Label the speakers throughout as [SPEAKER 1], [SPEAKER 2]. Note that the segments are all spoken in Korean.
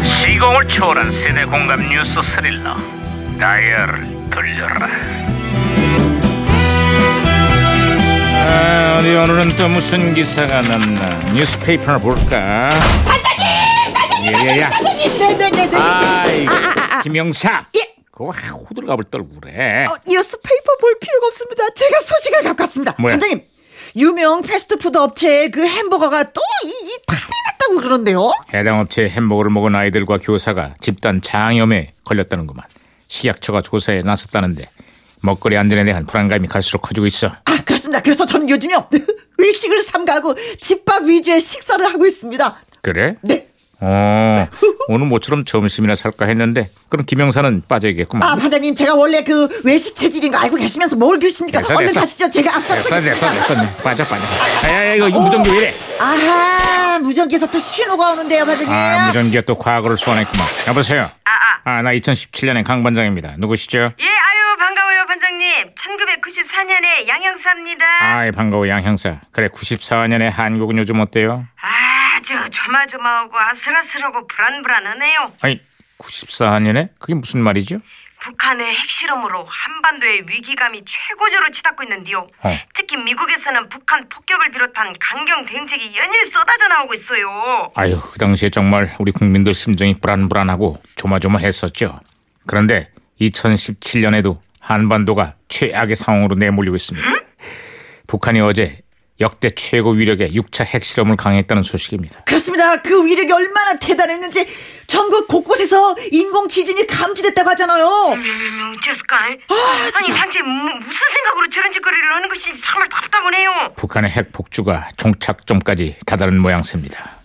[SPEAKER 1] 감동을 초월한 세대 공감 뉴스 스릴러 다이얼을 돌려라
[SPEAKER 2] 아, 어디 오늘은 또 무슨 기사가 났나? 뉴스페이퍼나 볼까? 반장님! 예예야.
[SPEAKER 3] 네네네네.
[SPEAKER 2] 아이,
[SPEAKER 3] 아, 아, 아.
[SPEAKER 2] 김영사.
[SPEAKER 3] 예.
[SPEAKER 2] 그거 호들갑을 떨고 그래.
[SPEAKER 3] 어, 뉴스페이퍼 볼 필요가 없습니다. 제가 소식을 갖고 왔습니다.
[SPEAKER 2] 뭐야?
[SPEAKER 3] 반장님, 유명 패스트푸드 업체의 그 햄버거가 또 이 이 탈이 났다고 그러는데요.
[SPEAKER 2] 해당 업체의 햄버거를 먹은 아이들과 교사가 집단 장염에 걸렸다는구만. 식약처가 조사에 나섰다는데 먹거리 안전에 대한 불안감이 갈수록 커지고 있어.
[SPEAKER 3] 아 그렇습니다. 그래서 저는 요즘요 의식을 삼가하고 집밥 위주의 식사를 하고 있습니다.
[SPEAKER 2] 그래?
[SPEAKER 3] 네.
[SPEAKER 2] 어, 오늘 모처럼 점심이나 살까 했는데 그럼 김영사는 빠져야겠구만.
[SPEAKER 3] 아 반장님 제가 원래 그 외식 체질인 거 알고 계시면서 뭘 그러십니까?
[SPEAKER 2] 됐어,
[SPEAKER 3] 얼른
[SPEAKER 2] 됐어.
[SPEAKER 3] 가시죠. 제가
[SPEAKER 2] 됐어 됐어
[SPEAKER 3] 앞장서겠습니다.
[SPEAKER 2] 됐어 빠져 빠져 야야 이거 무전기 왜 이래
[SPEAKER 3] 아하 무전기에서 또 신호가 오는데요, 반장님.
[SPEAKER 2] 아 무전기가 또 과거를 소환했구만 여보세요 아 나 2017년의 강 반장입니다 누구시죠
[SPEAKER 4] 예, 아유 반가워요 반장님. 1994년에 양형사입니다.
[SPEAKER 2] 아이 반가워 양 형사 그래 94년의 한국은 요즘 어때요
[SPEAKER 4] 아. 주 조마조마하고 아슬아슬하고 불안불안하네요.
[SPEAKER 2] 아니 94년에 그게 무슨 말이죠
[SPEAKER 4] 북한의 핵실험으로 한반도의 위기감이 최고조로 치닫고 있는데요.
[SPEAKER 2] 어.
[SPEAKER 4] 특히 미국에서는 북한 폭격을 비롯한 강경 대응책이 연일 쏟아져 나오고 있어요.
[SPEAKER 2] 아유 그 당시에 정말 우리 국민들 심정이 불안불안하고 조마조마했었죠 그런데 2017년에도 한반도가 최악의 상황으로 내몰리고 있습니다 북한이 어제 역대 최고 위력의 6차 핵실험을 강행했다는 소식입니다.
[SPEAKER 3] 그렇습니다. 그 위력이 얼마나 대단했는지 전국 곳곳에서 인공 지진이 감지됐다고 하잖아요.
[SPEAKER 4] 음, 어째서까? 아니 당시 무, 무슨 생각으로 저런 짓거리를 하는 것인지 정말 답답하네요.
[SPEAKER 2] 북한의 핵폭주가 종착점까지 다다른 모양새입니다.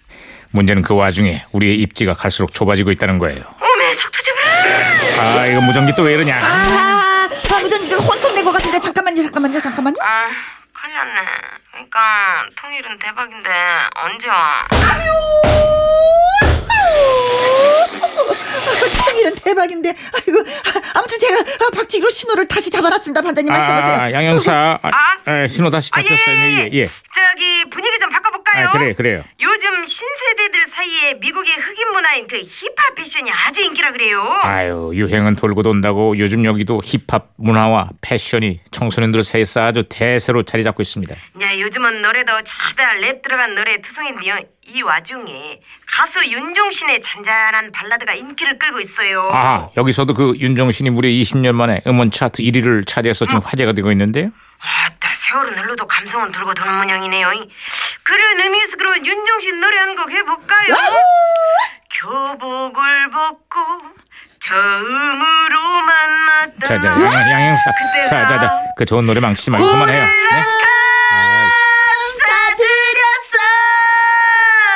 [SPEAKER 2] 문제는 그 와중에 우리의 입지가 갈수록 좁아지고 있다는 거예요.
[SPEAKER 4] 어메 속 터져버려.
[SPEAKER 2] 아 이거 무전기 또 왜 이러냐?
[SPEAKER 3] 아, 아 무전 이거 혼선된 것 같은데 잠깐만요, 잠깐만요, 잠깐만요.
[SPEAKER 4] 아, 큰일 났네. 그러니까 통일은 대박인데 언제 와?
[SPEAKER 3] 아, 이런 대박인데, 아이고 아, 아무튼 제가 아, 박지희로 신호를 다시 잡아놨습니다, 반장님 말씀하세요.
[SPEAKER 2] 아 양형사 아,
[SPEAKER 4] 아?
[SPEAKER 2] 예, 신호 다시 잡혔어요. 예, 예.
[SPEAKER 4] 저기 분위기 좀 바꿔볼까요?
[SPEAKER 2] 아, 그래요, 그래요.
[SPEAKER 4] 요즘 신세대들 사이에 미국의 흑인 문화인 그 힙합 패션이 아주 인기라 그래요.
[SPEAKER 2] 아유 유행은 돌고 돈다고 요즘 여기도 힙합 문화와 패션이 청소년들 사이에서 아주 대세로 자리 잡고 있습니다.
[SPEAKER 4] 야, 요즘은 노래도 최다 랩 들어간 노래 투성인데요. 이 와중에 가수 윤종신의 잔잔한 발라드가 인기를 끌고 있어요.
[SPEAKER 2] 아 여기서도 그 윤종신이 무려 20년 만에 음원 차트 1위를 차지해서 지금 화제가 되고 있는데요.
[SPEAKER 4] 아따 세월은 흘러도 감성은 돌고 도는 모양이네요. 그런 의미에서 그럼 윤종신 노래 한 곡 해볼까요? 교복을 벗고 처음으로 만났다.
[SPEAKER 2] 자자 양형사
[SPEAKER 4] 아, 그때가
[SPEAKER 2] 자자자 그 좋은 노래 망치지 말고 그만해요. 네?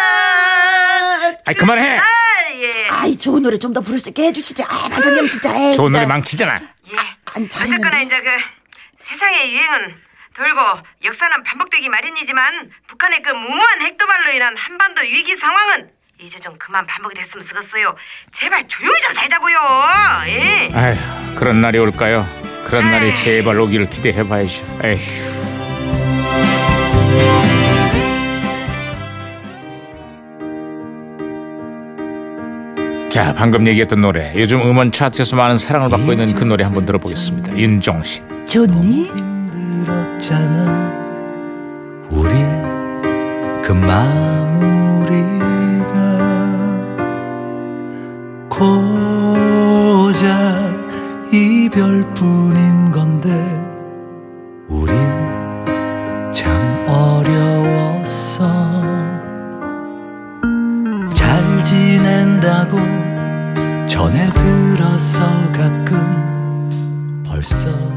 [SPEAKER 4] 감사드렸어.
[SPEAKER 2] 아이 그만해.
[SPEAKER 4] 아, 예.
[SPEAKER 3] 아이 좋은 노래 좀 더 부를 수 있게 해주시지. 아 반장님 진짜. 에이,
[SPEAKER 2] 좋은
[SPEAKER 3] 진짜.
[SPEAKER 2] 노래 망치잖아.
[SPEAKER 4] 예.
[SPEAKER 3] 아니 잘했는데.
[SPEAKER 4] 어쨌거나 이제 그 세상의 유행은 돌고 역사는 반복되기 마련이지만 북한의 그 무모한 핵도발로 인한 한반도 위기 상황은 이제 좀 그만 반복이 됐으면 쓰겠어요. 제발 조용히 좀 살자고요. 예.
[SPEAKER 2] 아휴, 그런 날이 올까요? 그런 날이 제발 오기를 기대해 봐야죠. 에휴. 자, 방금 얘기했던 노래. 요즘 음원 차트에서 많은 사랑을 받고 있는 그 노래 한번 들어보겠습니다. 윤종신.
[SPEAKER 3] 좋니?
[SPEAKER 5] 힘들었잖아 우리 그 마무리가 고작 이별뿐인 건데 우린 참 어려웠어 잘 지낸다고 전해 들었어 가끔 벌써